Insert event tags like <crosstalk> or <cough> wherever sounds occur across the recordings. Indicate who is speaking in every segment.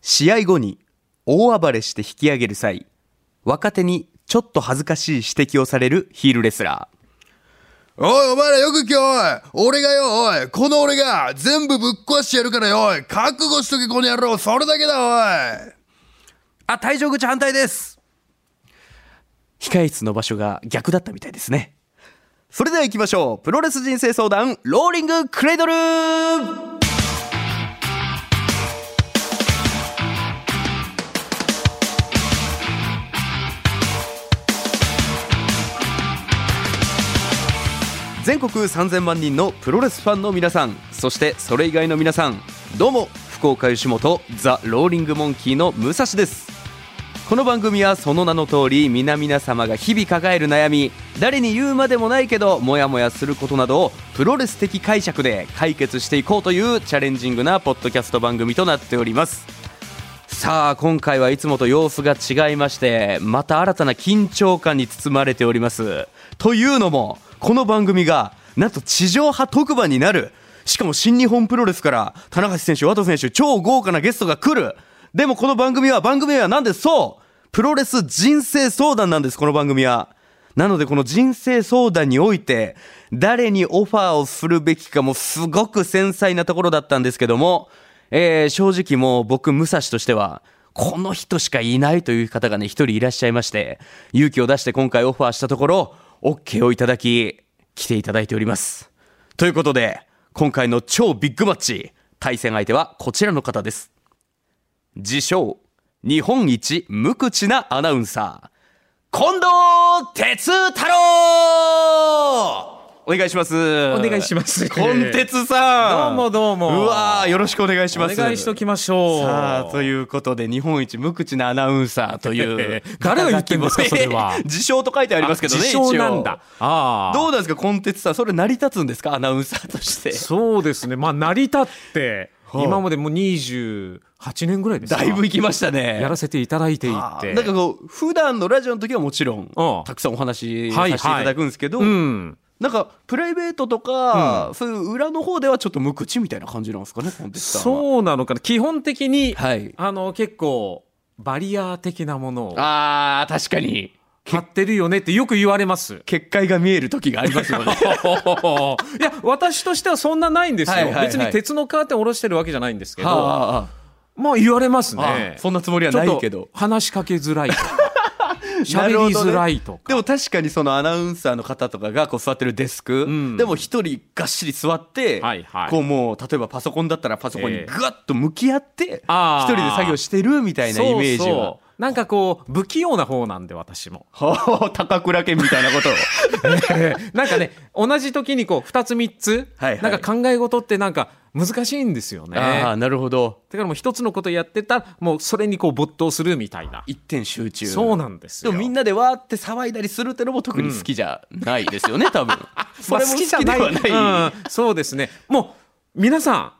Speaker 1: 試合後に大暴れして引き上げる際、若手にちょっと恥ずかしい指摘をされるヒールレスラー。
Speaker 2: おい、お前らよく今日、おい俺がよ、おい、この俺が、全部ぶっ壊してやるからよ、おい、覚悟しとけ、この野郎、それだけだ、おい。
Speaker 1: あ、退場口反対です控室の場所が逆だったみたいですね。それでは行きましょう。プロレス人生相談、ローリングクレイドル全国3000万人のプロレスファンの皆さんそしてそれ以外の皆さんどうも福岡吉本ザ・ローリングモンキーの武蔵ですこの番組はその名の通り皆々様が日々抱える悩み誰に言うまでもないけどモヤモヤすることなどをプロレス的解釈で解決していこうというチャレンジングなポッドキャスト番組となっておりますさあ今回はいつもと様子が違いましてまた新たな緊張感に包まれておりますというのもこの番組がなんと地上波特番になるしかも新日本プロレスから田中選手和藤選手超豪華なゲストが来るでもこの番組は番組はなんでそうプロレス人生相談なんですこの番組はなのでこの人生相談において誰にオファーをするべきかもすごく繊細なところだったんですけども、えー正直もう僕武蔵としてはこの人しかいないという方がね一人いらっしゃいまして勇気を出して今回オファーしたところ OK をいただき来ていただいておりますということで今回の超ビッグマッチ対戦相手はこちらの方です自称日本一無口なアナウンサー近藤哲太郎お願いしますお
Speaker 3: お願いします
Speaker 1: 近哲さん
Speaker 3: どうもどうも
Speaker 1: うわーよろしくお願いします
Speaker 3: お願いしときましょう。
Speaker 1: さあということで日本一無口なアナウンサーという
Speaker 3: <laughs> 誰が言ってんですかそれは
Speaker 1: <laughs> 自称と書いてありますけどね
Speaker 3: 自称なんだ。あ
Speaker 1: 一応
Speaker 3: あ。
Speaker 1: どうなんですかコンテンツさんそれ成り立つんですかアナウンサーとして
Speaker 3: そうですね。まあ、成り立って、
Speaker 1: あ
Speaker 3: 今までもう28年ぐらいですか
Speaker 1: だいぶ行きましたね
Speaker 3: やらせていただいてい
Speaker 1: あ
Speaker 3: て。
Speaker 1: ーなんかこう普段のラジオの時はもちろん
Speaker 3: ああ
Speaker 1: たくさんお話しさ
Speaker 3: は
Speaker 1: せ
Speaker 3: い
Speaker 1: て
Speaker 3: は
Speaker 1: い
Speaker 3: い
Speaker 1: ただくんですけど、
Speaker 3: うん。
Speaker 1: なんかプライベートとか、そういう裏の方ではちょっと無口みたいな感じなんですかねコンテンツさんは
Speaker 3: そうなのかな。基本的に、
Speaker 1: はい
Speaker 3: あの、結構、バリアー的なものを
Speaker 1: あー確かに
Speaker 3: 張ってるよねってよく言われます。
Speaker 1: 結界が見える時があります
Speaker 3: <laughs>
Speaker 1: よね
Speaker 3: いや、私としてはそんなないんですよ。
Speaker 1: はいはいはい
Speaker 3: 別に鉄のカーテン下ろしてるわけじゃないんですけど、
Speaker 1: は
Speaker 3: まあ言われます
Speaker 1: ああ
Speaker 3: ね
Speaker 1: あ。そんなつもりはないけど
Speaker 3: ちょっと話しかけづらいと
Speaker 1: <laughs>
Speaker 3: か喋りづらいとか、
Speaker 1: でも確かにそのアナウンサーの方とかがこう座ってるデスク、
Speaker 3: ん
Speaker 1: でも一人がっしり座って、
Speaker 3: はいはい
Speaker 1: こうもう例えばパソコンだったらパソコンに
Speaker 3: ええ
Speaker 1: ぐわっと向き合って一
Speaker 3: あー
Speaker 1: 人で作業してるみたいなイメージ
Speaker 3: そう
Speaker 1: は
Speaker 3: <laughs> そ。うなんかこう不器用な方なんで私
Speaker 1: <laughs>
Speaker 3: も
Speaker 1: はあ高倉健みたいな <laughs> ことを
Speaker 3: なんかね同じ時にこう2つ3つ、
Speaker 1: はいはい
Speaker 3: なんか考え事ってなんか難しいんですよね
Speaker 1: ああ
Speaker 3: だ
Speaker 1: なるほど
Speaker 3: からもう一つのことやってたらもうそれにこう没頭するみたいな
Speaker 1: 一点集中
Speaker 3: そうなんです
Speaker 1: で
Speaker 3: よ
Speaker 1: もみんなでわーって騒いだりするってのも特に好きじゃないですよね、多
Speaker 3: <laughs>
Speaker 1: 分それも好きではない、
Speaker 3: うん、そうですねもう皆さん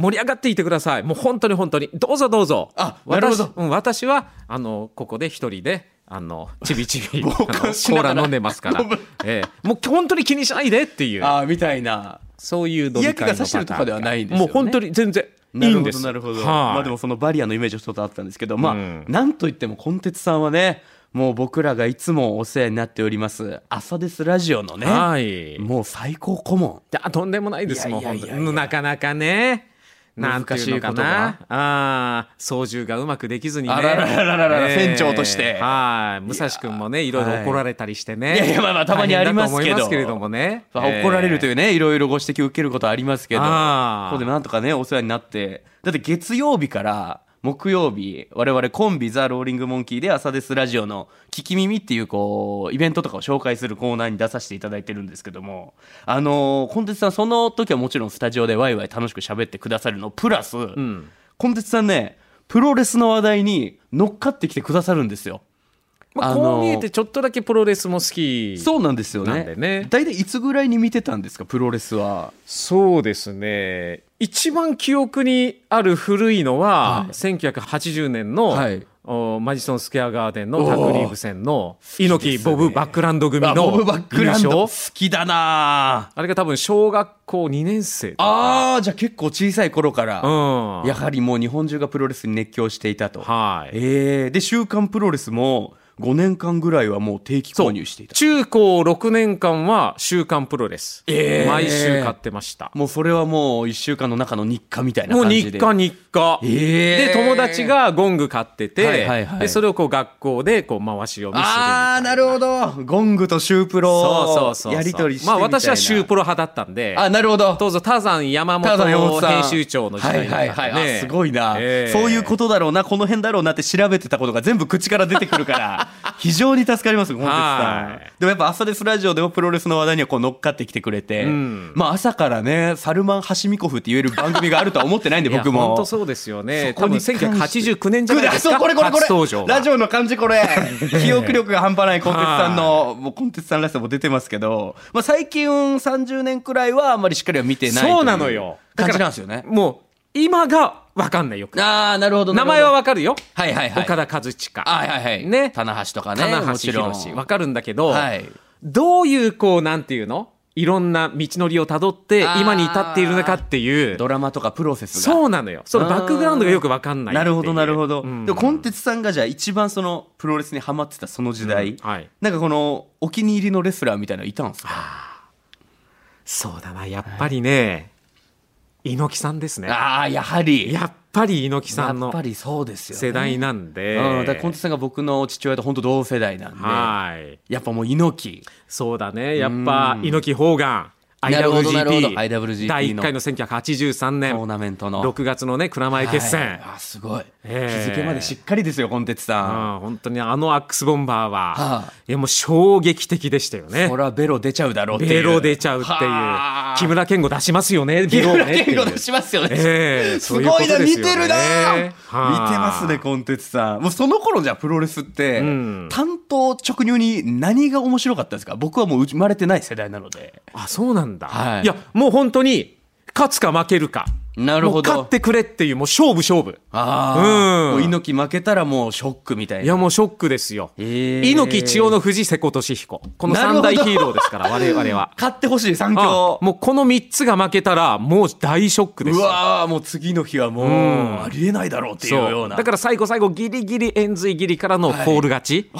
Speaker 3: 盛り上がっていてくださいもう本当に本当にどうぞどうぞ
Speaker 1: あなるほど
Speaker 3: 私,、うん、私はあのここで一人であのちびち
Speaker 1: <laughs>
Speaker 3: びあのコ
Speaker 1: 換しながら
Speaker 3: ーラ飲んでますから
Speaker 1: 飲む、
Speaker 3: ええ、もう本当に気にしないでっていう
Speaker 1: ああみたいな
Speaker 3: そういう飲み
Speaker 1: 嫌
Speaker 3: 会の
Speaker 1: 気がさしてるとかではないんですよね
Speaker 3: もう本当に全然い
Speaker 1: ないる
Speaker 3: ん
Speaker 1: ほ
Speaker 3: で
Speaker 1: ど
Speaker 3: す
Speaker 1: なるほど、
Speaker 3: はい
Speaker 1: まあでもそのバリアのイメージはちょっとあったんですけどまあ、
Speaker 3: うん
Speaker 1: なんといっても近鉄さんはねもう僕らがいつもお世話になっております朝ですラジオのね、
Speaker 3: はい
Speaker 1: もう最高顧問
Speaker 3: いやとんでもないですもう
Speaker 1: いやい
Speaker 3: 本
Speaker 1: やいやい
Speaker 3: 当
Speaker 1: や
Speaker 3: になかなかねなんていうのか
Speaker 1: 難しい
Speaker 3: なああ操縦がうまくできずにね
Speaker 1: あららららららら
Speaker 3: ええ
Speaker 1: 船長として
Speaker 3: はい武蔵君もねいろいろ怒られたりしてね
Speaker 1: いやいやまあまあたまにありますけど
Speaker 3: 大変だと思いますけれどもね
Speaker 1: まあ怒られるといううねいろいろご指摘を受けることありますけど
Speaker 3: あー
Speaker 1: ここでなんとかねお世話になってだって月曜日から木曜日我々コンビザ・ローリング・モンキーで朝ですラジオの「聞き耳」っていうこうイベントとかを紹介するコーナーに出させていただいてるんですけどもあのー、コンテンツさんその時はもちろんスタジオでワイワイ楽しく喋ってくださるのプラス、
Speaker 3: ん
Speaker 1: コンテンツさんねプロレスの話題に乗っかってきてくださるんですよ。
Speaker 3: まあ、
Speaker 1: あの
Speaker 3: こう見えてちょっとだけプロレスも好き
Speaker 1: そうなんですよ
Speaker 3: な
Speaker 1: ね
Speaker 3: んでね
Speaker 1: 大体いつぐらいに見てたんですかプロレスは。
Speaker 3: そうですね一番記憶にある古いのは、1980年の、
Speaker 1: はい
Speaker 3: おマジソンスクエアガーデンのタッグリーグ戦の猪木ボブバックランド組の
Speaker 1: あボブバックラン
Speaker 3: 優
Speaker 1: ド好
Speaker 3: 勝
Speaker 1: きだな
Speaker 3: あれが多分小学校2年生と
Speaker 1: あーじゃあ結構小さい頃から、
Speaker 3: うん
Speaker 1: やはりもう日本中がプロレスに熱狂していたと、
Speaker 3: はい
Speaker 1: えーで「週刊プロレス」も5年間ぐらいはもう定期購入していた
Speaker 3: 中高6年間は週刊プロレス、
Speaker 1: えー
Speaker 3: 毎週買ってました
Speaker 1: もうそれはもう1週間の中の日課みたいな
Speaker 3: もう
Speaker 1: 感じ
Speaker 3: 日
Speaker 1: で
Speaker 3: 課日課、
Speaker 1: えー
Speaker 3: で友達がゴング買ってて、
Speaker 1: はいはいはい
Speaker 3: でそれをこう学校でこう回し読みするみたいな
Speaker 1: ああなるほどゴングとシュープ
Speaker 3: そうそう
Speaker 1: ロ
Speaker 3: そうそう
Speaker 1: やり取りしてみ
Speaker 3: ま
Speaker 1: た
Speaker 3: あ
Speaker 1: いな
Speaker 3: 私はシュープロ派だったんで
Speaker 1: あなるほど
Speaker 3: どうぞターザン山
Speaker 1: ただ山本
Speaker 3: 本
Speaker 1: さん
Speaker 3: 編集長の時代
Speaker 1: はい
Speaker 3: だ
Speaker 1: は
Speaker 3: か
Speaker 1: い
Speaker 3: ら
Speaker 1: はいあすごいな、
Speaker 3: ええ
Speaker 1: そういうことだろうなこの辺だろうなって調べてたことが全部口から出てくるから
Speaker 3: <laughs>
Speaker 1: 非常に助かります本哲さ
Speaker 3: は
Speaker 1: ん
Speaker 3: い
Speaker 1: でもやっぱ朝ですラジオでもプロレスの話題にはこう乗っかってきてくれて、
Speaker 3: ん
Speaker 1: まあ朝からねサルマン・ハシミコフって言える番組があるとは思ってないんで僕
Speaker 3: いや本
Speaker 1: も
Speaker 3: 当そうですよね
Speaker 1: そこ
Speaker 3: 多分
Speaker 1: に関して
Speaker 3: 1989年じゃないです
Speaker 1: そう
Speaker 3: か
Speaker 1: これこれこ
Speaker 3: 初登場
Speaker 1: れ
Speaker 3: は
Speaker 1: ラジオの感じこ
Speaker 3: <laughs>
Speaker 1: れ記憶力が半端ないコンテツさんのもうコンテツさんらしさも出てますけど、まあ、最近30年くらいはあんまりしっかりは見てないとい
Speaker 3: そうなのよ
Speaker 1: 感じなんですよね
Speaker 3: もう今が分かんないよく
Speaker 1: ああなるほどな
Speaker 3: 名
Speaker 1: るほど
Speaker 3: 前は分かるよ、
Speaker 1: はいはいはい
Speaker 3: 岡田和親
Speaker 1: はいはいはい。
Speaker 3: ね
Speaker 1: 棚橋とかね。
Speaker 3: 棚橋
Speaker 1: もちろん
Speaker 3: 宏分かるんだけど、
Speaker 1: はい
Speaker 3: どういうこうなんていうのいろんな道のりをたどって
Speaker 1: あー
Speaker 3: 今に至っているのかっていう
Speaker 1: ドラマとかプロセスが。
Speaker 3: そうなのよそのバックグラウンドがよく分かんないっ
Speaker 1: な
Speaker 3: ていう
Speaker 1: るほどなるほど。
Speaker 3: うん
Speaker 1: でも、コンテツさんがじゃあ一番そのプロレスにハマってたその時代、
Speaker 3: うんはい
Speaker 1: なんかこのお気に入りのレスラーみたいなのいたんですか
Speaker 3: そうだなやっぱりね、猪木さんですね
Speaker 1: ああ、やはり。
Speaker 3: やっぱり猪木さん
Speaker 1: やっ
Speaker 3: の
Speaker 1: ぱりそうですよ、ね。
Speaker 3: 世代なんで、
Speaker 1: うん、だからコンテツさんが僕の父親と本当同世代なんで。
Speaker 3: はい
Speaker 1: やっぱもう猪木。
Speaker 3: そうだねやっぱ猪木ホーガン
Speaker 1: なるほどなるほど
Speaker 3: IWGP,
Speaker 1: IWGP の
Speaker 3: 第1回の1983
Speaker 1: ト
Speaker 3: 年
Speaker 1: ーナメントの。
Speaker 3: 6月のね蔵前決戦、
Speaker 1: はいあーすごい。
Speaker 3: ええ
Speaker 1: 日付までしっかりですよ、コンテツさん。
Speaker 3: うん本当にあのアックスボンバーは、
Speaker 1: はい
Speaker 3: やもう衝撃的でしたよね
Speaker 1: こ。れはベロ出ちゃうだろうっていう。
Speaker 3: ベロ出ちゃうって
Speaker 1: は
Speaker 3: いう
Speaker 1: あ
Speaker 3: 木村健吾出しますよね
Speaker 1: ビ
Speaker 3: ビ
Speaker 1: ロ
Speaker 3: ロ
Speaker 1: を
Speaker 3: を
Speaker 1: ね
Speaker 3: ね
Speaker 1: っていう
Speaker 3: っていう
Speaker 1: しますよね。
Speaker 3: ええ
Speaker 1: す
Speaker 3: そういう
Speaker 1: ご
Speaker 3: こ
Speaker 1: い
Speaker 3: と
Speaker 1: な、
Speaker 3: で
Speaker 1: 見
Speaker 3: す
Speaker 1: て
Speaker 3: よね
Speaker 1: るな、見て
Speaker 3: はい
Speaker 1: ますね、コンテツさん。もうその頃じゃあプロレスって、
Speaker 3: ん
Speaker 1: 担当直入に何が面白かったですか僕はもう生まれてない世代なので。
Speaker 3: あそうなんだ、
Speaker 1: はい
Speaker 3: い、やもう本当に勝つか負けるか
Speaker 1: なるほど
Speaker 3: もう勝ってくれっていうもう勝負勝負
Speaker 1: ああ、
Speaker 3: うん
Speaker 1: もう猪木負けたらもうショックみたい
Speaker 3: いや
Speaker 1: な。
Speaker 3: もうショックですよ、
Speaker 1: ええ
Speaker 3: 猪木千代の富士瀬古利彦この
Speaker 1: なるほ
Speaker 3: 三
Speaker 1: ど
Speaker 3: 大ヒーローですから我々は
Speaker 1: 勝ってほしい、三
Speaker 3: あ
Speaker 1: 強。
Speaker 3: もうこの3つが負けたらもう大ショックです
Speaker 1: う
Speaker 3: よ
Speaker 1: わーもう次の日はもう、
Speaker 3: ん
Speaker 1: ありえないだろうっていうような。
Speaker 3: だから最後最後ギリギリ円髄ギリからのフォール勝ち、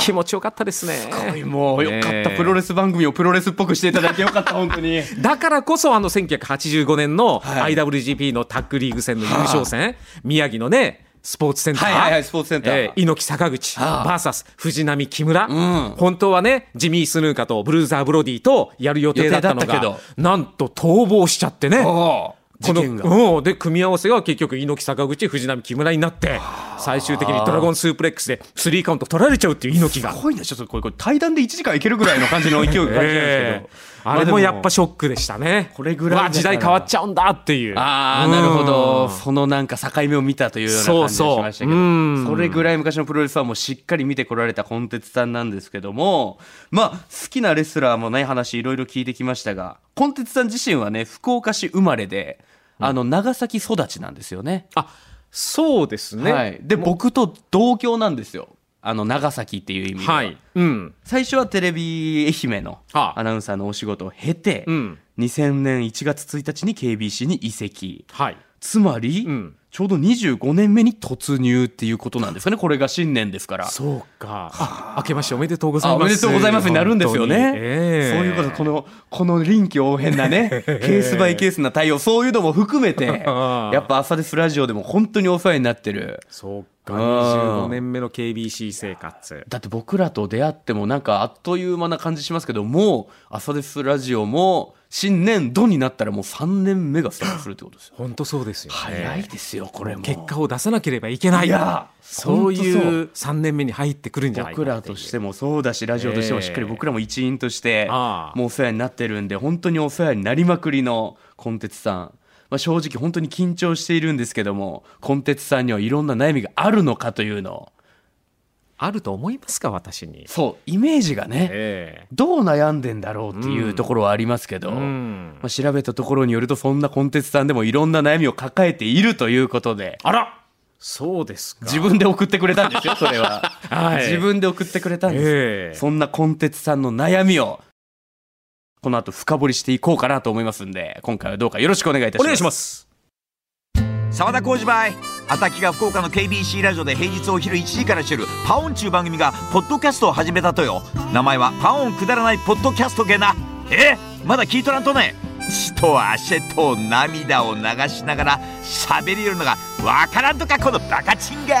Speaker 3: 気持ちよかったですね
Speaker 1: もうよかった、
Speaker 3: ねえ
Speaker 1: プロレス番組をプロレスっぽくしていただいてよかった、本当
Speaker 3: <laughs>
Speaker 1: に。
Speaker 3: だからこそあの1985年の
Speaker 1: はい
Speaker 3: IWGP のタッグリーグ戦の優勝戦、宮城のねスポーツセンター、
Speaker 1: はいはいはいスポーツセンター
Speaker 3: 猪木坂口
Speaker 1: はあ
Speaker 3: VS 藤波木村、
Speaker 1: ん
Speaker 3: 本当はねジミー・スヌーカとブルーザー・ブロディとやる予定だった
Speaker 1: 予
Speaker 3: の
Speaker 1: 定だった
Speaker 3: が
Speaker 1: けど
Speaker 3: なんと逃亡しちゃってね
Speaker 1: こ
Speaker 3: このうん、で組み合わせが結局猪木坂口藤波木村になって最終的にドラゴンスープレックスでスリーカウント取られちゃうっていう猪木が
Speaker 1: す。ごいな、ちょっとこれ、これ対談で1時間いけるぐらいの感じの勢いが感じなんですけ
Speaker 3: <laughs> え
Speaker 1: ど
Speaker 3: え。あれ
Speaker 1: ま
Speaker 3: もやっ
Speaker 1: で
Speaker 3: ぱショックでしたね。
Speaker 1: これぐらいだ
Speaker 3: う
Speaker 1: から
Speaker 3: わ時代変わっちゃうんだっていう。
Speaker 1: ああ、
Speaker 3: うん
Speaker 1: なるほど。そのなんか境目を見たというような感じがしましたけど、
Speaker 3: そうそううん
Speaker 1: それぐらい昔のプロレスはもうしっかり見てこられたコンテンツさんなんですけども、まあ、好きなレスラーもね、話いろいろ聞いてきましたが、コンテンツさん自身はね、福岡市生まれで、あの、長崎育ちなんですよね。
Speaker 3: あ、そうですね。
Speaker 1: はい。で、僕と同郷なんですよ。あの、長崎っていう意味では。
Speaker 3: はい。うん。
Speaker 1: 最初はテレビ愛媛の
Speaker 3: はあ
Speaker 1: アナウンサーのお仕事を経て、
Speaker 3: うん
Speaker 1: 2000年1月1日に KBC に移籍
Speaker 3: はい。
Speaker 1: つまり、
Speaker 3: ん
Speaker 1: ちょうど25年目に突入っていうことなんですかねこれが新年ですから
Speaker 3: そうか。あ、明けましておめでとうござい
Speaker 1: あ
Speaker 3: ま
Speaker 1: お
Speaker 3: す。
Speaker 1: めでとうございますになるんですよ
Speaker 3: 本
Speaker 1: ね
Speaker 3: 当、にええ
Speaker 1: そういうことこのこの臨機応変な <laughs> ねケースバイケースな対応そういうのも含めて
Speaker 3: ああ
Speaker 1: やっぱ「朝ですラジオ」でも本当にお世話になってる
Speaker 3: そう
Speaker 1: う
Speaker 3: か。
Speaker 1: ん
Speaker 3: 25年目の KBC 生活。
Speaker 1: だって僕らと出会ってもなんかあっという間な感じしますけどもう「朝ですラジオ」も新年度になったらもう3年目がスタートするってことですよ
Speaker 3: 本当そうですよね。
Speaker 1: 早いですよこれも
Speaker 3: 結果を出さなければいけない。
Speaker 1: いや
Speaker 3: そう
Speaker 1: 本当そ
Speaker 3: いう3年目に入ってくるんじゃないか
Speaker 1: 僕
Speaker 3: な
Speaker 1: ら
Speaker 3: っていう
Speaker 1: としてもそうだしラジオとしても
Speaker 3: ええ
Speaker 1: しっかり僕らも一員として
Speaker 3: ああ
Speaker 1: もうお世話になってるんで本当にお世話になりまくりのコンテツさん、まあ、正直本当に緊張しているんですけどもコンテツさんにはいろんな悩みがあるのかというのを
Speaker 3: あると思いますか、私に。
Speaker 1: そうイメージがね
Speaker 3: え
Speaker 1: どう悩んでんだろうっていうところはありますけど、
Speaker 3: えうん。
Speaker 1: まあ、調べたところによるとそんなコンテツさんでもいろんな悩みを抱えているということで
Speaker 3: あらそうですか。
Speaker 1: 自分で送ってくれたん
Speaker 3: <laughs>
Speaker 1: ですよそれは、
Speaker 3: はい
Speaker 1: 自分で送ってくれたんです、
Speaker 3: ええ
Speaker 1: そんなコンテツさんの悩みをこの後深掘りしていこうかなと思いますんで今回はどうかよろしくお願いいたします
Speaker 3: お願いします。
Speaker 4: 沢田浩二バイアタキが福岡の KBC ラジオで平日お昼1時からしてる「パオン」ちゅう番組がポッドキャストを始めたとよ名前は「パオンくだらないポッドキャスト」けなえまだ聞いとらんとね血と汗と涙を流しながら喋りよるのがわからんとかこのバカチンが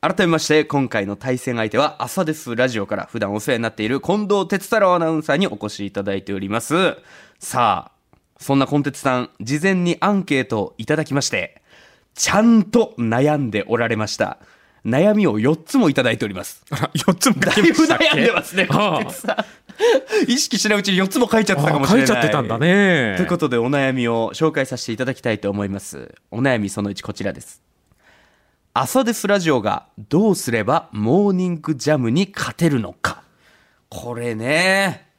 Speaker 1: 改めまして今回の対戦相手は「朝ですラジオ」から普段お世話になっている近藤哲太郎アナウンサーにお越しいただいておりますさあそんな近鉄さん事前にアンケートをいただきましてちゃんと悩んでおられました悩みを4つもいただいております
Speaker 3: あら、4つも
Speaker 1: だいぶ悩んでますね
Speaker 3: ああ
Speaker 1: 近鉄さん意識しないうちに4つも書いちゃってたかもし
Speaker 3: 書
Speaker 1: れない
Speaker 3: いちゃってたんだね。
Speaker 1: ということでお悩みを紹介させていただきたいと思いますお悩みその1こちらです朝ですラジオがどうすればモーニングジャムに勝てるのかこれね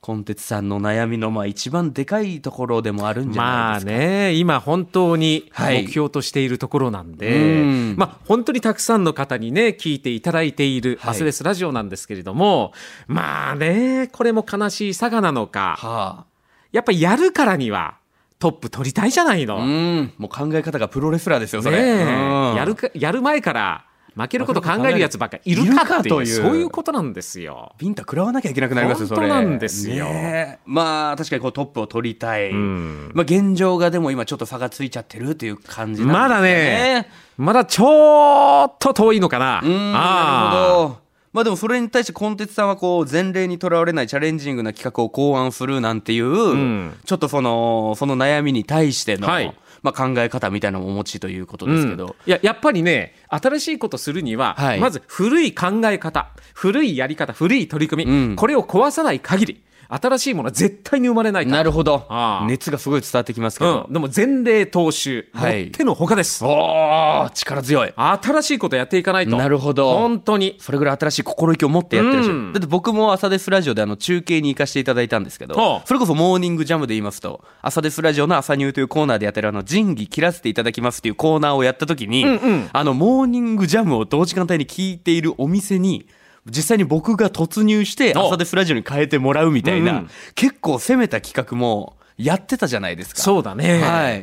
Speaker 1: コンテツさんの悩みのまあ一番でかいところでもあるんじゃ
Speaker 3: ま
Speaker 1: ない
Speaker 3: あ
Speaker 1: ですか、
Speaker 3: ね、今本当に
Speaker 1: はい
Speaker 3: 目標としているところなんで、
Speaker 1: うん
Speaker 3: まあ本当にたくさんの方にね、聞いていただいている
Speaker 1: はい
Speaker 3: アスレスラジオなんですけれども、まあね、これも悲しい佐賀なのか、
Speaker 1: は
Speaker 3: やっぱりやるからにはトップ取りたいじゃないの。
Speaker 1: あ、うんもう考え方がプロレスラーですよそ
Speaker 3: ね
Speaker 1: れ、
Speaker 3: え
Speaker 1: うん
Speaker 3: やるか、やる前から負けること考えるやつばっかりいるかっていう、
Speaker 1: いるかという
Speaker 3: そういうことなんですよ。
Speaker 1: ビンタ食らわなきゃいけなくなりますよそれ
Speaker 3: 本当なんですよ
Speaker 1: ねえまあ確かにこうトップを取りたい、
Speaker 3: ん
Speaker 1: まあ、現状がでも今ちょっと差がついちゃってるという感じなんですよね
Speaker 3: まだね、まだちょっと遠いのかな。
Speaker 1: うーんなる
Speaker 3: ああ
Speaker 1: ほど。まあでもそれに対してコンテツさんはこう前例にとらわれないチャレンジングな企画を考案するなんていう、
Speaker 3: ん
Speaker 1: ちょっとそのその悩みに対しての、
Speaker 3: はい
Speaker 1: まあ、考え方みたいなのもお持ちということですけど、
Speaker 3: うんいややっぱりね新しいことするには、
Speaker 1: はい
Speaker 3: まず古い考え方古いやり方古い取り組み、
Speaker 1: うん
Speaker 3: これを壊さない限り新しいものは絶対に生まれないから
Speaker 1: なるほど
Speaker 3: ああ
Speaker 1: 熱がすごい伝わってきますけど
Speaker 3: う、ん、でも前例踏襲、
Speaker 1: はい
Speaker 3: もってのほかです
Speaker 1: おー力強い
Speaker 3: 新しいことやっていかないと
Speaker 1: なるほど
Speaker 3: 本当に
Speaker 1: それぐらい新しい心意気を持ってやってらっしゃる、
Speaker 3: うん
Speaker 1: だって僕も「朝ですラジオ」であの中継に行かせていただいたんですけど
Speaker 3: はあ
Speaker 1: それこそ「モーニングジャム」で言いますと「朝ですラジオ」の「朝ニュー」というコーナーでやってるあの「仁義切らせていただきます」っていうコーナーをやった時に、あのモーニングジャムを同時間帯に聞いているお店に実際に僕が突入して「
Speaker 3: お
Speaker 1: 朝ですラジオ」に変えてもらうみたいな、
Speaker 3: うんうん
Speaker 1: 結構攻めた企画もやってたじゃないですか。
Speaker 3: そうだね、
Speaker 1: はい、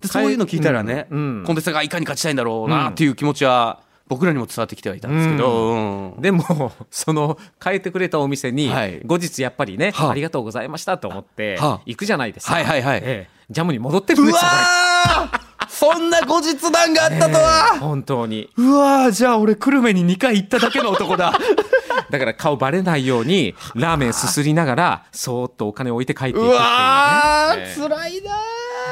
Speaker 1: でそういうの聞いたらね、
Speaker 3: うんうん
Speaker 1: コンテストがいかに勝ちたいんだろうなっていう気持ちは僕らにも伝わってきてはいたんですけど、うん
Speaker 3: でもその変えてくれたお店に、
Speaker 1: はい
Speaker 3: 後日やっぱりね、
Speaker 1: はあ
Speaker 3: ありがとうございましたと思って
Speaker 1: はあ
Speaker 3: 行くじゃないですか、
Speaker 1: はいはいはい
Speaker 3: ええジャムに戻ってるん
Speaker 1: う
Speaker 3: です
Speaker 1: わ
Speaker 3: よこれ
Speaker 1: ー <laughs> そんな後日談があったとは、
Speaker 3: 本当に
Speaker 1: うわーじゃあ俺久留米に2回行っただけの男 <laughs> だ
Speaker 3: だから顔バレないようにラーメンすすりながらそーっとお金を置いて帰っていくっ
Speaker 1: う
Speaker 3: ていうね
Speaker 1: わー、
Speaker 3: ええ
Speaker 1: 辛いなー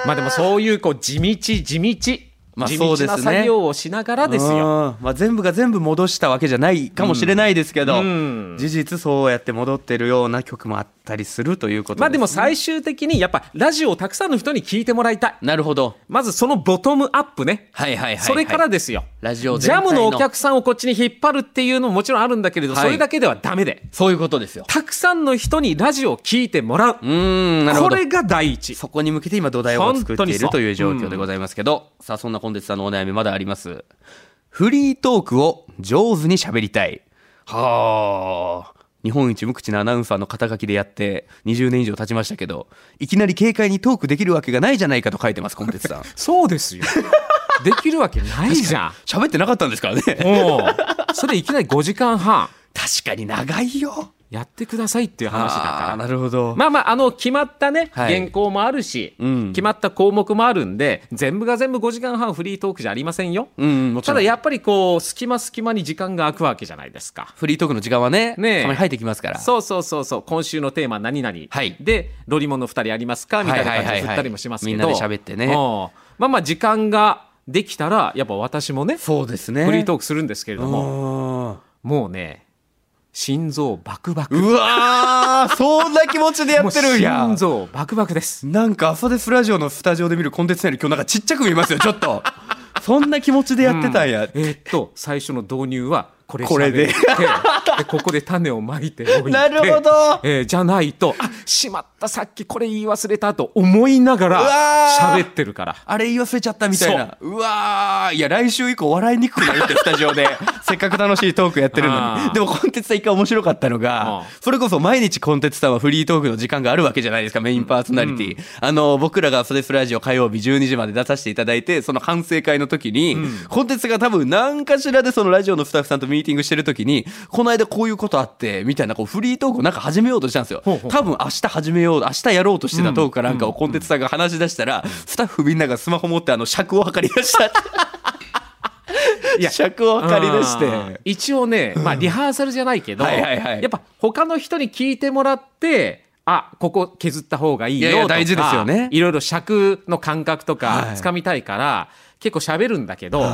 Speaker 3: まあでもそういうこう地道地道、
Speaker 1: まあ
Speaker 3: 地
Speaker 1: そうで
Speaker 3: 道
Speaker 1: すね
Speaker 3: な作業をしながらですよ。
Speaker 1: うんまあ、全部が全部戻したわけじゃないかもしれないですけど、
Speaker 3: うんうん
Speaker 1: 事実そうやって戻ってるような曲もあったりするということです、
Speaker 3: まあでも最終的にやっぱラジオをたくさんの人に聞いてもらいたい。
Speaker 1: なるほど
Speaker 3: まずそのボトムアップね。
Speaker 1: はいはいはい、はい、
Speaker 3: それからですよ。
Speaker 1: ラジオ
Speaker 3: ジ
Speaker 1: 全体
Speaker 3: ャ
Speaker 1: の
Speaker 3: ムのお客さんをこっちに引っ張るっていうのももちろんあるんだけれど、
Speaker 1: はい
Speaker 3: それだけではダメで。
Speaker 1: そういうことですよ
Speaker 3: たくさんの人にラジオを聞いてもらう。
Speaker 1: うーんなるほ
Speaker 3: こ
Speaker 1: ど
Speaker 3: れが第一。
Speaker 1: そこに向けて今土台を作っているという状況でございますけど、さあそんなコンテンツさんのお悩みまだありますフリートークを上手に喋りたいはあ日本一無口なアナウンサーの肩書きでやって20年以上経ちましたけどいきなり軽快にトークできるわけがないじゃないかと書いてますコンテンツ <laughs> さん
Speaker 3: そうですよ。 <laughs> できるわけないじゃん。
Speaker 1: 喋ってなかったんですからね確
Speaker 3: おうそれいきなり5時間半
Speaker 1: かに長いよ
Speaker 3: やってくださいっていう話だから。
Speaker 1: あーなるほど、
Speaker 3: まあまあ、あの、決まったね、
Speaker 1: はい
Speaker 3: 原稿もあるし、
Speaker 1: ん
Speaker 3: 決まった項目もあるんで、全部が全部5時間半フリートークじゃありませんよ。
Speaker 1: うんうんもち
Speaker 3: た
Speaker 1: ろ
Speaker 3: だ
Speaker 1: ん
Speaker 3: やっぱりこう、隙間隙間に時間が空くわけじゃないですか。
Speaker 1: フリートークの時間はね
Speaker 3: ねえ
Speaker 1: たまに入ってきますから
Speaker 3: そうそうそうそう、今週のテーマ何々。
Speaker 1: はい
Speaker 3: で、ロリモンの2人ありますかみたいな感じで振ったりもしますけど。
Speaker 1: はいはいはいはいみんなで喋ってね
Speaker 3: うんまあまあ、時間ができたら、やっぱ私もね、
Speaker 1: そうですね
Speaker 3: フリー
Speaker 1: ー
Speaker 3: トークするんですけれど
Speaker 1: ク
Speaker 3: も、
Speaker 1: も
Speaker 3: もうね、心臓バクバク。
Speaker 1: うわーそんな気持ちでや
Speaker 3: もう
Speaker 1: ってるんや
Speaker 3: 心臓バクバクです。
Speaker 1: なんか朝ですラジオのスタジオで見るコンテンツより今日なんかちっちゃく見えますよちょっ <laughs> とそんな気持ちでやってたんや、
Speaker 3: えーっと最初の導入はこれ
Speaker 1: これで
Speaker 3: 喋ってでここで種をま
Speaker 1: <laughs>
Speaker 3: いておいて
Speaker 1: なるほど
Speaker 3: えーじゃないとあしまったさっきこれ言い忘れたと思いなが
Speaker 1: うわ
Speaker 3: ら
Speaker 1: ー
Speaker 3: 喋ってるから
Speaker 1: あれ言い忘れちゃったみたいな。うわー。いや、来週以降笑いにくくなるって、スタジオ <laughs> で。せっかく楽しいトークやってるの
Speaker 3: あ
Speaker 1: に。
Speaker 3: ー
Speaker 1: でも、コンテンツさん一回面白かったのが
Speaker 3: うん、
Speaker 1: それこそ毎日コンテンツさんはフリートークの時間があるわけじゃないですか、メインパーソナリティ。あの、僕らがそれスラジオ火曜日12時まで出させていただいて、その反省会の時に、コンテンツが多分何かしらでそのラジオのスタッフさんとミーティングしてる時に、この間こういうことあって、みたいな、こう、フリートークをなんか始めようとしたんですよ。
Speaker 3: ほうほう
Speaker 1: 多分明日始めよう、明日やろうとしてたトークかなんかをコンテンツさんが話し出したら、スタッフみんながスマホ持ってあの尺を測り出した。
Speaker 3: い
Speaker 1: <laughs>
Speaker 3: や
Speaker 1: 尺を測り出し
Speaker 3: あー
Speaker 1: て。
Speaker 3: 一応ね、まあ、リハーサルじゃないけど、
Speaker 1: はいはいはい
Speaker 3: やっぱ他の人に聞いてもらってあここ削った方がいいよ
Speaker 1: い
Speaker 3: と
Speaker 1: や
Speaker 3: か
Speaker 1: いや大事ですよね
Speaker 3: いろいろ尺の感覚と
Speaker 1: は
Speaker 3: か
Speaker 1: い
Speaker 3: つかみたいから、結構喋るんだけど、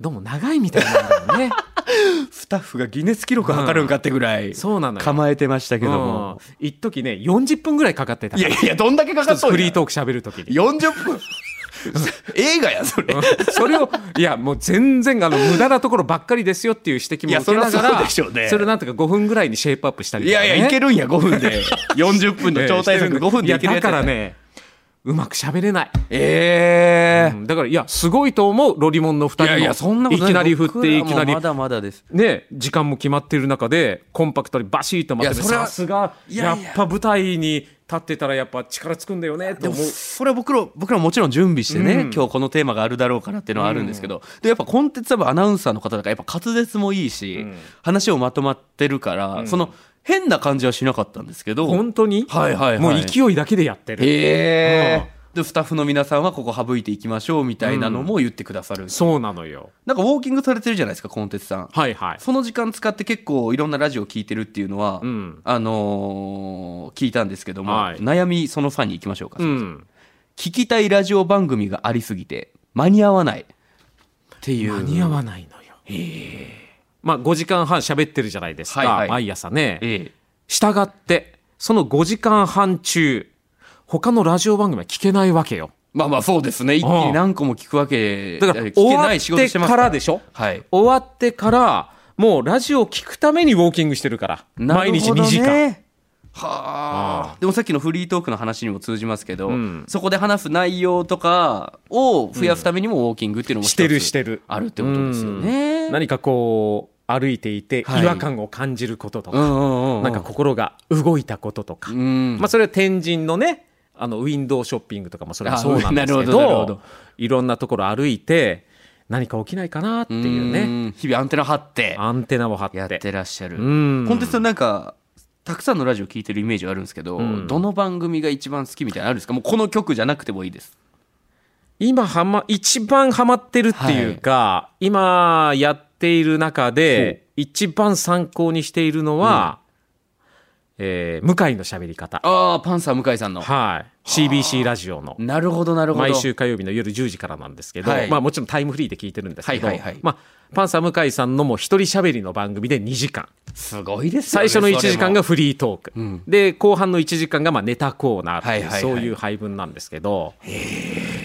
Speaker 3: どうも長いみたいなんだよね <laughs>
Speaker 1: スタッフがギネス記録測るんかってぐらい、
Speaker 3: そうなのよ
Speaker 1: 構えてましたけ
Speaker 3: う
Speaker 1: ど
Speaker 3: ん
Speaker 1: も。
Speaker 3: 一時ね40分ぐらいかかってた
Speaker 1: いやいや、どんだけかかっと
Speaker 3: フ
Speaker 1: ん
Speaker 3: リ
Speaker 1: や
Speaker 3: ートーク喋る時に。
Speaker 1: 40分。 <laughs> 映画や、それ。
Speaker 3: それをいやもう全然あの無駄なところばっかりですよっていう指摘
Speaker 1: い
Speaker 3: も
Speaker 1: や
Speaker 3: 受けなが
Speaker 1: そりゃそう
Speaker 3: ら
Speaker 1: でしょうね
Speaker 3: れをなんとか5分ぐらいにシェイプアップしたり
Speaker 1: い
Speaker 3: とか
Speaker 1: や
Speaker 3: ね
Speaker 1: いや、いけるんや、5分 <laughs> で。40分の超大作5分でいけるや
Speaker 3: や
Speaker 1: つ
Speaker 3: だから
Speaker 1: ね。
Speaker 3: ねうまく喋れない、
Speaker 1: え
Speaker 3: うんだからいやすごいと思うロリモンの2
Speaker 1: え。
Speaker 3: 人もきなり振っていきなり
Speaker 1: まだまだです。
Speaker 3: ね時間も決まってる中でコンパクトにバシッとまとめ
Speaker 1: い
Speaker 3: て
Speaker 1: やそれは
Speaker 3: さすが
Speaker 1: いや
Speaker 3: や
Speaker 1: い
Speaker 3: っ
Speaker 1: や
Speaker 3: ぱ舞台に立ってたらやっぱ力つくんだよね
Speaker 1: で
Speaker 3: と
Speaker 1: も
Speaker 3: 思う
Speaker 1: それは僕ら僕らもちろん準備してね、
Speaker 3: うん
Speaker 1: 今日このテーマがあるだろうからっていうのはあるんですけど、でやっぱコンテンツはアナウンサーの方だからやっぱ滑舌もいいし、
Speaker 3: うん
Speaker 1: 話をまとまってるから、その変な感じはしなかったんですけど
Speaker 3: 本当に、
Speaker 1: はいはいはい
Speaker 3: もう勢いだけでやってる
Speaker 1: へ
Speaker 3: うん
Speaker 1: えでスタッフの皆さんはここ省いていきましょうみたいなのも言ってくださる、
Speaker 3: そうなのよ
Speaker 1: なんかウォーキングされてるじゃないですかコンテンツさん、
Speaker 3: はいはい
Speaker 1: その時間使って結構いろんなラジオ聞いてるっていうのは、
Speaker 3: うん
Speaker 1: あのー聞いたんですけども、
Speaker 3: はい
Speaker 1: 悩みその3に行きましょうか、
Speaker 3: うん
Speaker 1: 聞きたいラジオ番組がありすぎて間に合わないっていう
Speaker 3: 間に合わないのよまあ5時間半喋ってるじゃないですか、
Speaker 1: はいはい
Speaker 3: 毎朝ね、
Speaker 1: ええ
Speaker 3: したがってその5時間半中他のラジオ番組は聞けないわけよ
Speaker 1: まあまあそうですね一気に何個も聞くわけ
Speaker 3: だから
Speaker 1: 聞
Speaker 3: 終
Speaker 1: け
Speaker 3: わ
Speaker 1: ない仕事
Speaker 3: っ
Speaker 1: して
Speaker 3: て
Speaker 1: ます
Speaker 3: からでしょ
Speaker 1: はい
Speaker 3: 終わってからもうラジオを聞くためにウォーキングしてるから毎日2時
Speaker 1: なる
Speaker 3: 間
Speaker 1: ほどねはあでもさっきのフリートークの話にも通じますけど、
Speaker 3: うん
Speaker 1: そこで話す内容とかを増やすためにもウォーキングっていうのも一つ
Speaker 3: してるしてる
Speaker 1: あるってことですよね
Speaker 3: 何かこう歩いていて違
Speaker 1: はい
Speaker 3: 和感を感じることと
Speaker 1: う
Speaker 3: か、
Speaker 1: んうんうんうん
Speaker 3: なんか心が動いたこととか、
Speaker 1: うん
Speaker 3: まあ、それは天神のねあのウィンドウショッピングとかもそれはそうなんです
Speaker 1: あな
Speaker 3: け
Speaker 1: るほどなるほど
Speaker 3: どいろんなところ歩いて何か起きないかなっていうね
Speaker 1: ん日々アンテナ張って
Speaker 3: アンテナを張って
Speaker 1: やってらっしゃる
Speaker 3: うん
Speaker 1: コンテンツのなんかたくさんのラジオ聞いてるイメージはあるんですけど、
Speaker 3: ん
Speaker 1: どの番組が一番好きみたいなのあるんですかもうこの曲じゃなくてもいいです
Speaker 3: 今は、ま、一番ハマってるっていうか、今やっている中で一番参考にしているのは、えー向井の喋り方
Speaker 1: ああパンサー向井さんの
Speaker 3: はい、CBC ラジオの
Speaker 1: なるほどなるほど
Speaker 3: 毎週火曜日の夜10時からなんですけど、
Speaker 1: はい
Speaker 3: まあ、もちろんタイムフリーで聞いてるんですけど、
Speaker 1: はいはいはい
Speaker 3: まあ、パンサー向井さんのもう一人喋りの番組で2時間
Speaker 1: すごいですよ
Speaker 3: 最
Speaker 1: ね
Speaker 3: 初の1時間が
Speaker 1: そ
Speaker 3: フリートーク、
Speaker 1: ん
Speaker 3: で後半の1時間がまあネタコーナーっていう、
Speaker 1: はいはいはい
Speaker 3: そういう配分なんですけど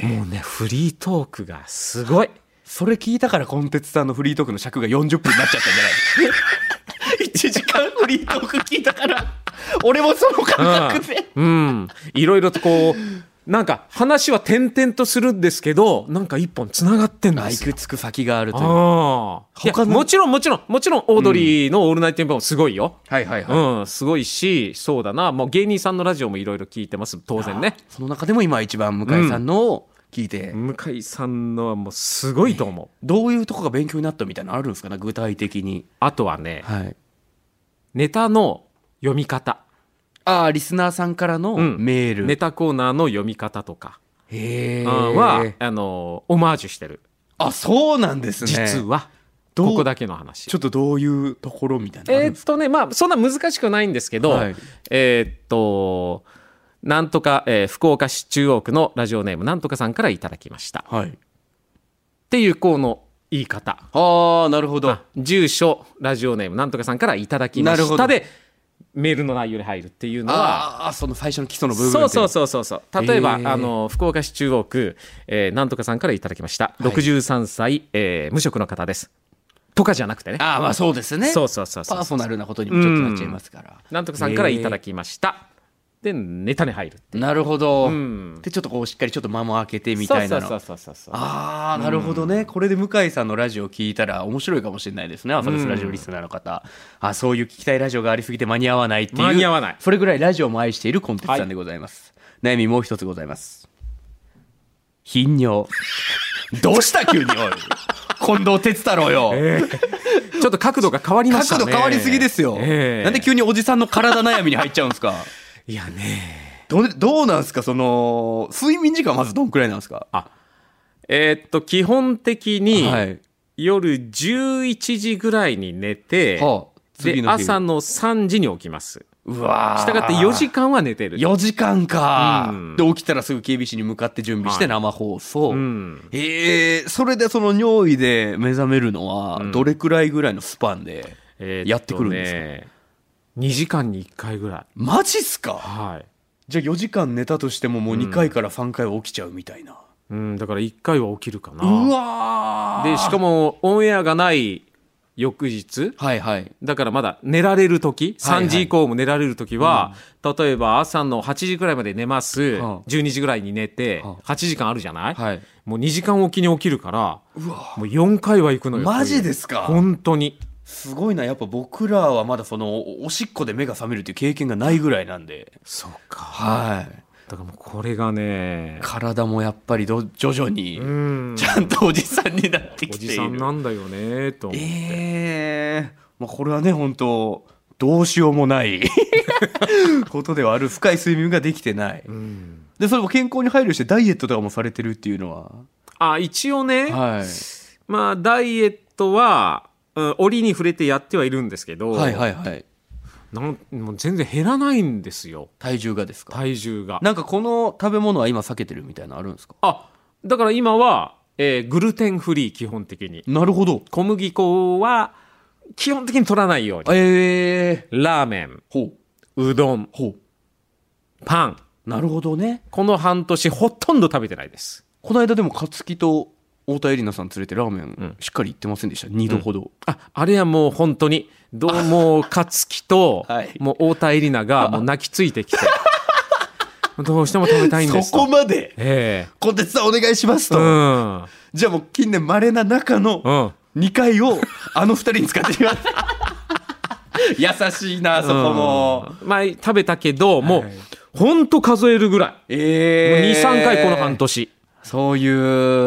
Speaker 3: もうねフリートークがすごい
Speaker 1: れもそれ聞いたからコンテンツさんのフリートークの尺が40分になっちゃったんじゃない <laughs> 一時間フリートーク聞いたから俺もその感覚で、
Speaker 3: うんいろいろとこうなんか話は転々とするんですけどなんか一本つながってん
Speaker 1: あ
Speaker 3: で
Speaker 1: 行
Speaker 3: すよ
Speaker 1: くつく先があるという
Speaker 3: ああいや
Speaker 1: 他の
Speaker 3: もちろんもちろんもちろんオードリーの「オールナイトニッポン」もすごいよ、
Speaker 1: はいはいはい、
Speaker 3: うん、すごいし、そうだな、もう芸人さんのラジオもいろいろ聞いてます、当然ね。
Speaker 1: その中でも今一番向井さんのを聞いて、
Speaker 3: 向井さんのはもうすごいと思う。
Speaker 1: どういうとこが勉強になったみたいなのあるんですかね具体的に
Speaker 3: あとはね、
Speaker 1: はい
Speaker 3: ネタの読み方、
Speaker 1: ああリスナーさんからの
Speaker 3: うん
Speaker 1: メール、
Speaker 3: ネタコーナーの読み方とか
Speaker 1: へえ
Speaker 3: うんは、あの、オマージュしてる。
Speaker 1: あそうなんですね
Speaker 3: 実は、
Speaker 1: どう
Speaker 3: ここだけの話
Speaker 1: ちょ。っとどういうところみたいなのあ
Speaker 3: え
Speaker 1: るん
Speaker 3: ー
Speaker 1: で
Speaker 3: っ
Speaker 1: す
Speaker 3: とね、まあ、そんな難しくないんですけど、
Speaker 1: はい
Speaker 3: えーっと、なんとか、えー福岡市中央区のラジオネームなんとかさんからいただきました。っ
Speaker 1: かはい
Speaker 3: ていう、この言い方。
Speaker 1: ああなるほど
Speaker 3: 住所ラジオネームなんとかさんからいただきま
Speaker 1: なるほ
Speaker 3: し
Speaker 1: ど
Speaker 3: たでメールの内容に入るっていうのは
Speaker 1: ああその最初の基礎の部分
Speaker 3: そうそう
Speaker 1: う
Speaker 3: そうそうそう例えば、
Speaker 1: へー
Speaker 3: あの福岡市中央区、えーなんとかさんからいただきました、
Speaker 1: い
Speaker 3: 63歳、えー無職の方ですとかじゃなくてね
Speaker 1: ああまあそうですね
Speaker 3: そうそうそうそう
Speaker 1: パーソナルなことにもちょっとなっちゃいますから、
Speaker 3: なんとかさんからいただきました、でネタに入る
Speaker 1: なるほど、
Speaker 3: ん
Speaker 1: でちょっとこうしっかりちょっと間も空けてみたいなの
Speaker 3: そうそうそうそうそう
Speaker 1: ああなるほどね、これで向井さんのラジオ聞いたら面白いかもしれないですね朝ですラジオリスナーの方、あそういう聞きたいラジオがありすぎて間に合わないっていう
Speaker 3: 間に合わない
Speaker 1: それぐらいラジオも愛しているコンテンツさんでございます、悩みもう一つございます頻尿 <laughs> どうした急におい近藤哲太郎よ、 <laughs>
Speaker 3: ちょっと角度が変わりましたね
Speaker 1: 角度変わりすぎですよ、
Speaker 3: ええ
Speaker 1: なんで急におじさんの体悩みに入っちゃうんですか
Speaker 3: いやね
Speaker 1: どうどうなんですかその睡眠時間まずどんくらいなんですか
Speaker 3: えーっと基本的に、
Speaker 1: はい
Speaker 3: 夜11時ぐらいに寝て、
Speaker 1: はあ次
Speaker 3: で
Speaker 1: の日
Speaker 3: 朝の3時に起きます
Speaker 1: うわ
Speaker 3: したがって4時間は寝てる
Speaker 1: 4時間か、
Speaker 3: うん
Speaker 1: で起きたらすぐ警備士に向かって準備して
Speaker 3: はい
Speaker 1: 生放送、
Speaker 3: うん
Speaker 1: えーそれでその尿意で目覚めるのは
Speaker 3: ん
Speaker 1: どれくらいぐらいのスパンで、
Speaker 3: えー
Speaker 1: やってくるんですか
Speaker 3: ね2時間に1回ぐらい
Speaker 1: マジっすか
Speaker 3: はい
Speaker 1: じゃあ4時間寝たとしてももう2回から3回は起きちゃうみたいな、
Speaker 3: うん、だから1回は起きるか
Speaker 1: う
Speaker 3: な。
Speaker 1: わー
Speaker 3: で、しかもオンエアがない翌日、
Speaker 1: はいはい
Speaker 3: だからまだ寝られる時、
Speaker 1: はいはい
Speaker 3: 3時以降も寝られる時は、例えば朝の8時くらいまで寝ます、
Speaker 1: はあ
Speaker 3: 12時ぐらいに寝て、
Speaker 1: は
Speaker 3: 8時間あるじゃない、
Speaker 1: はい
Speaker 3: もう2時間おきに起きるから、もう4回は行くのよ。
Speaker 1: マジ
Speaker 3: そういう
Speaker 1: ですか
Speaker 3: 本当に。
Speaker 1: すごいなやっぱ僕らはまだそのおおしっこで目が覚めるっていう経験がないぐらいなんで
Speaker 3: そうか。
Speaker 1: はい
Speaker 3: だからもうこれがね、
Speaker 1: 体もやっぱりど徐々に
Speaker 3: うん、
Speaker 1: ちゃんとおじさんになってき
Speaker 3: お
Speaker 1: てい
Speaker 3: じ
Speaker 1: る
Speaker 3: さんなんだよね、と思って。
Speaker 1: ええまあ、これはね本当どうしようも
Speaker 3: <laughs>
Speaker 1: ないことではある深い睡眠ができてない、
Speaker 3: うん
Speaker 1: でそれも健康に配慮してダイエットとかもされてるっていうのは
Speaker 3: あ、一応ね、
Speaker 1: はい
Speaker 3: まあ、ダイエットは、うん、折に触れてやってはいるんですけど、
Speaker 1: はいはいはい
Speaker 3: なんもう全然減らないんですよ
Speaker 1: 体重がですか
Speaker 3: 体重が
Speaker 1: なんかこの食べ物は今避けてるみたいなのあるんですか
Speaker 3: あだから今は、えーグルテンフリー基本的に
Speaker 1: なるほど
Speaker 3: 小麦粉は基本的に取らないように
Speaker 1: ええ
Speaker 3: ラーメン
Speaker 1: ほう
Speaker 3: うどん
Speaker 1: ほ
Speaker 3: パン
Speaker 1: うなるほどね
Speaker 3: この半年ほとんど食べてないです
Speaker 1: この間でも勝木と太田絵里奈さん連れてラーメン
Speaker 3: ん
Speaker 1: しっかり行ってませんでした、二2度ほど、
Speaker 3: ああれはもう本当にどうも勝木と、
Speaker 1: <laughs> はい
Speaker 3: もう太田絵里
Speaker 1: <laughs>
Speaker 3: 奈がもう泣きついてきてどうしても食べたいんです
Speaker 1: そこまで
Speaker 3: え
Speaker 1: コンテンツさんお願いします
Speaker 3: え
Speaker 1: と、じゃあもう近年まれな中の、
Speaker 3: うんうん
Speaker 1: 2回をあの2人に使ってしま
Speaker 3: <laughs>
Speaker 1: った優しいなそこも、
Speaker 3: うんまあ食べたけど、もう、ほんと数えるぐらい。もう
Speaker 1: え
Speaker 3: 2、3回この半年。
Speaker 1: そうい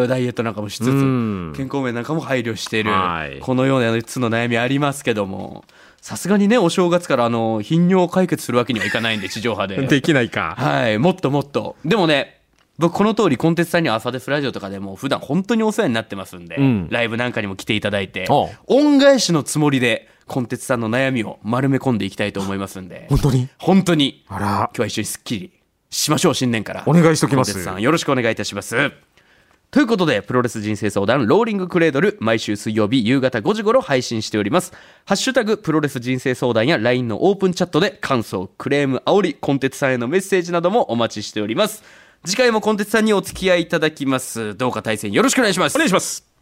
Speaker 1: うダイエットなんかもしつつ
Speaker 3: うん
Speaker 1: 健康面なんかも配慮してる
Speaker 3: はい
Speaker 1: このような4つの悩みありますけどもさすがにねお正月からあの頻尿を解決するわけにはいかないんで地上波
Speaker 3: <laughs>
Speaker 1: で
Speaker 3: きないか。
Speaker 1: はいもっともっとでもね僕この通りコンテンツさんには朝ですラジオとかでも普段本当にお世話になってますんで、
Speaker 3: うん
Speaker 1: ライブなんかにも来ていただいて
Speaker 3: おう
Speaker 1: 恩返しのつもりでコンテンツさんの悩みを丸め込んでいきたいと思いますんで
Speaker 3: 本当に
Speaker 1: 本当に
Speaker 3: あら
Speaker 1: 今。日は一緒にすっきりしましょう新年から
Speaker 3: お願いしときま
Speaker 1: コ
Speaker 3: す
Speaker 1: ンテンツさんよろしくお願いいたしますということでプロレス人生相談ローリングクレードル毎週水曜日夕方5時頃配信しておりますハッシュタグプロレス人生相談や LINE のオープンチャットで感想クレーム煽りコンテンツさんへのメッセージなどもお待ちしております次回もコンテンツさんにお付き合いいただきますどうか対戦よろしくお願いします
Speaker 3: お願いします。